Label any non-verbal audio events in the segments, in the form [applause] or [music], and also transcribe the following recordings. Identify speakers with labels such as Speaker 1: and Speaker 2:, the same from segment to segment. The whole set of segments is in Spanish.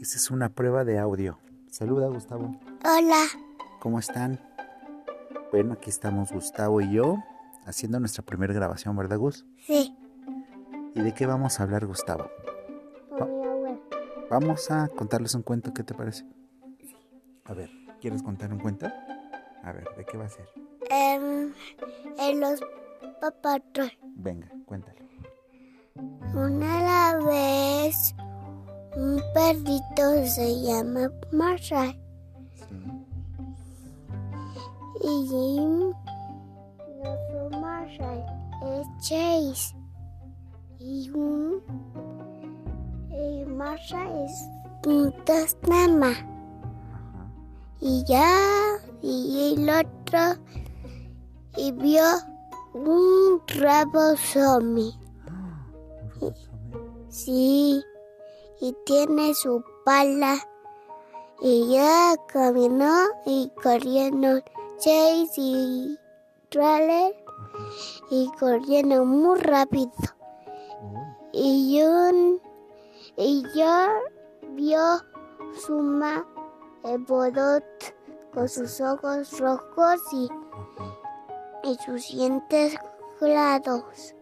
Speaker 1: Esta es una prueba de audio. Saluda, Gustavo.
Speaker 2: Hola.
Speaker 1: ¿Cómo están? Bueno, aquí estamos Gustavo y yo haciendo nuestra primera grabación, ¿verdad, Gus?
Speaker 2: Sí.
Speaker 1: ¿Y de qué vamos a hablar, Gustavo?
Speaker 2: Con mi abuela.
Speaker 1: Vamos a contarles un cuento, ¿qué te parece? A ver, ¿quieres contar un cuento? A ver, ¿de qué va a ser?
Speaker 2: Em, en los papatos.
Speaker 1: Venga, cuéntalo.
Speaker 2: Una la vez, un perrito se llama Marshall.
Speaker 1: Sí.
Speaker 2: Y Jim no fue Marshall, es Chase. Y un. Y Marshall es un
Speaker 1: [gasps]
Speaker 2: Tasnama.
Speaker 1: Ajá.
Speaker 2: Y ya, y el otro, y vio un rabo zombie.
Speaker 1: ¡Ah! Un rosomero.
Speaker 2: Sí, y tiene su pala. Y ya caminó y corriendo Chase y Trailer y corriendo muy rápido.
Speaker 1: Uy,
Speaker 2: Y un y yo vio su ma el bodot con sus ojos rojos y,
Speaker 1: ajá.
Speaker 2: y sus dientes claros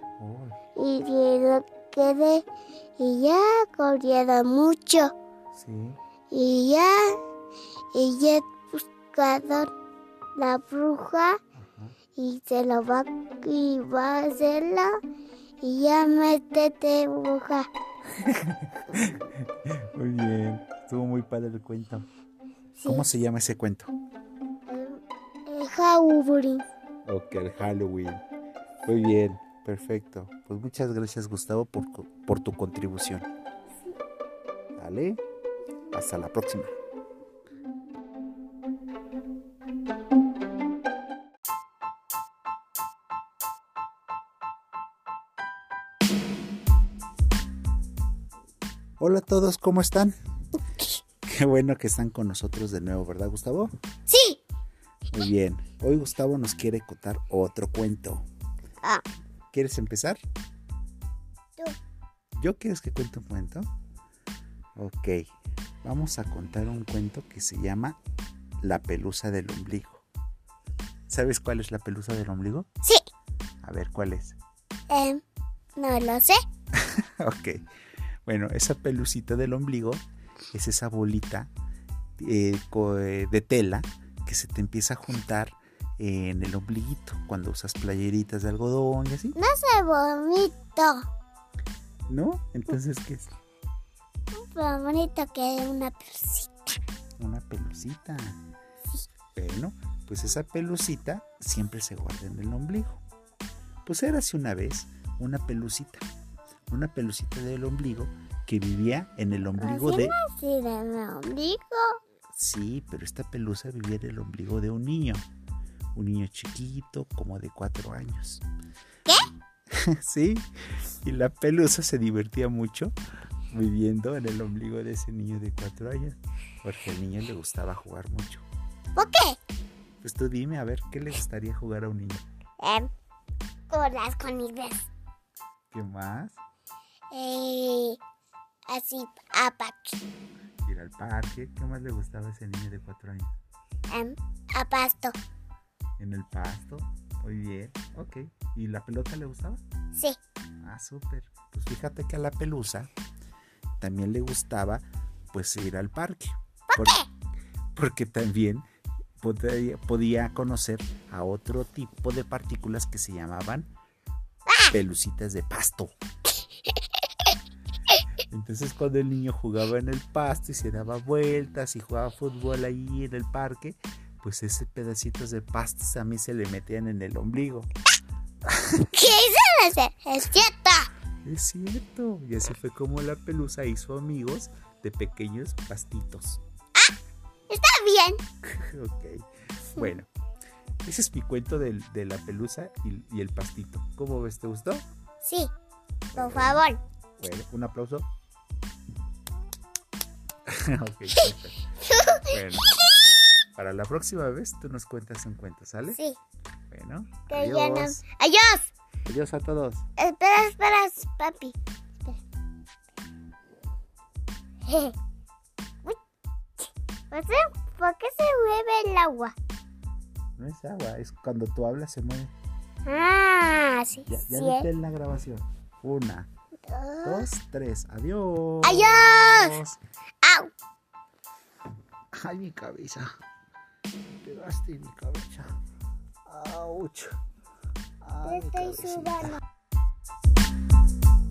Speaker 1: Uy,
Speaker 2: y se lo quedé y ya corrieron mucho
Speaker 1: sí.
Speaker 2: y ya y ya buscaron la bruja
Speaker 1: Ajá.
Speaker 2: y se lo va y va a hacerlo y ya métete bruja
Speaker 1: Muy bien. Estuvo muy padre el cuento.
Speaker 2: sí,
Speaker 1: ¿Cómo se llama ese cuento?
Speaker 2: el jaubri
Speaker 1: Ok, el Halloween. Muy bien, perfecto. Pues muchas gracias Gustavo por, co- por tu contribución. Dale, hasta la próxima. Hola a todos, ¿cómo están? Qué bueno que están con nosotros de nuevo, ¿verdad Gustavo?
Speaker 2: sí
Speaker 1: Muy bien. Hoy Gustavo nos quiere contar otro cuento.
Speaker 2: Ah.
Speaker 1: ¿Quieres empezar?
Speaker 2: Tú.
Speaker 1: ¿Yo quieres que cuente un cuento? Ok. Vamos a contar un cuento que se llama La pelusa del ombligo. ¿Sabes cuál es la pelusa del ombligo?
Speaker 2: sí
Speaker 1: A ver, ¿cuál es?
Speaker 2: em, no lo sé
Speaker 1: [laughs] Ok. Bueno, esa pelucita del ombligo es esa bolita eh, co- eh, de tela que se te empieza a juntar en el ombliguito cuando usas playeritas de algodón y así.
Speaker 2: qué bonito
Speaker 1: ¿No? Entonces, ¿qué es?
Speaker 2: qué bonito que es una persita
Speaker 1: Una pelucita. Bueno, pues esa pelucita siempre se guarda en el ombligo. Pues era hace una vez una pelucita. Una pelucita del ombligo que vivía en el ombligo de...
Speaker 2: así de ombligo
Speaker 1: Sí, pero esta pelusa vivía en el ombligo de un niño. Un niño chiquito, como de cuatro años. ¿Qué? [laughs] sí. Y la pelusa se divertía mucho viviendo en el ombligo de ese niño de cuatro años. Porque al niño le gustaba jugar mucho.
Speaker 2: ¿por qué?
Speaker 1: Pues tú dime, a ver, ¿qué le gustaría jugar a un niño?
Speaker 2: Em, con las conillas.
Speaker 1: ¿Qué más?
Speaker 2: Eh, así, apache.
Speaker 1: Ir al parque. ¿Qué más le gustaba a ese niño de cuatro años?
Speaker 2: Em, apasto.
Speaker 1: En el pasto. Muy bien. Ok. ¿Y la pelota le gustaba?
Speaker 2: Sí.
Speaker 1: Ah, súper. Pues fíjate que a la pelusa también le gustaba pues ir al parque. ¿Por Porque también podía, podía conocer a otro tipo de partículas que se llamaban pelucitas de pasto. Entonces cuando el niño jugaba en el pasto y se daba vueltas y jugaba fútbol ahí en el parque, pues esos pedacitos de pastos a mí se le metían en el ombligo.
Speaker 2: ¿Qué hice hacer? Es cierto.
Speaker 1: Es cierto. Y así fue como la pelusa hizo amigos de pequeños pastitos. [laughs]
Speaker 2: Está bien.
Speaker 1: ok. Bueno, ese es mi cuento del- de, la pelusa y, y el pastito. ¿Cómo ves? ¿Te gustó?
Speaker 2: Sí. Por favor.
Speaker 1: Bueno, un aplauso. [laughs] ok, perfecto. Bueno, para la próxima vez tú nos cuentas un cuento, ¿sale?
Speaker 2: Sí.
Speaker 1: Bueno,
Speaker 2: Que ya no.
Speaker 1: adiós.
Speaker 2: Adiós.
Speaker 1: Adiós a todos.
Speaker 2: Espera, espera, [laughs] papi. Espera. ¿Por qué, por qué se mueve el agua?
Speaker 1: No es agua, es cuando tú hablas se mueve.
Speaker 2: Ah, sí.
Speaker 1: Ya, ya
Speaker 2: sí,
Speaker 1: viste
Speaker 2: ¿eh? Ah.
Speaker 1: en la grabación. Una, dos, tres. Adiós.
Speaker 2: Adiós. Au.
Speaker 1: Ay, mi cabeza. Pegaste en mi cabeza. Auch. Ay, mi
Speaker 2: Estoy
Speaker 1: cabecita.
Speaker 2: subando.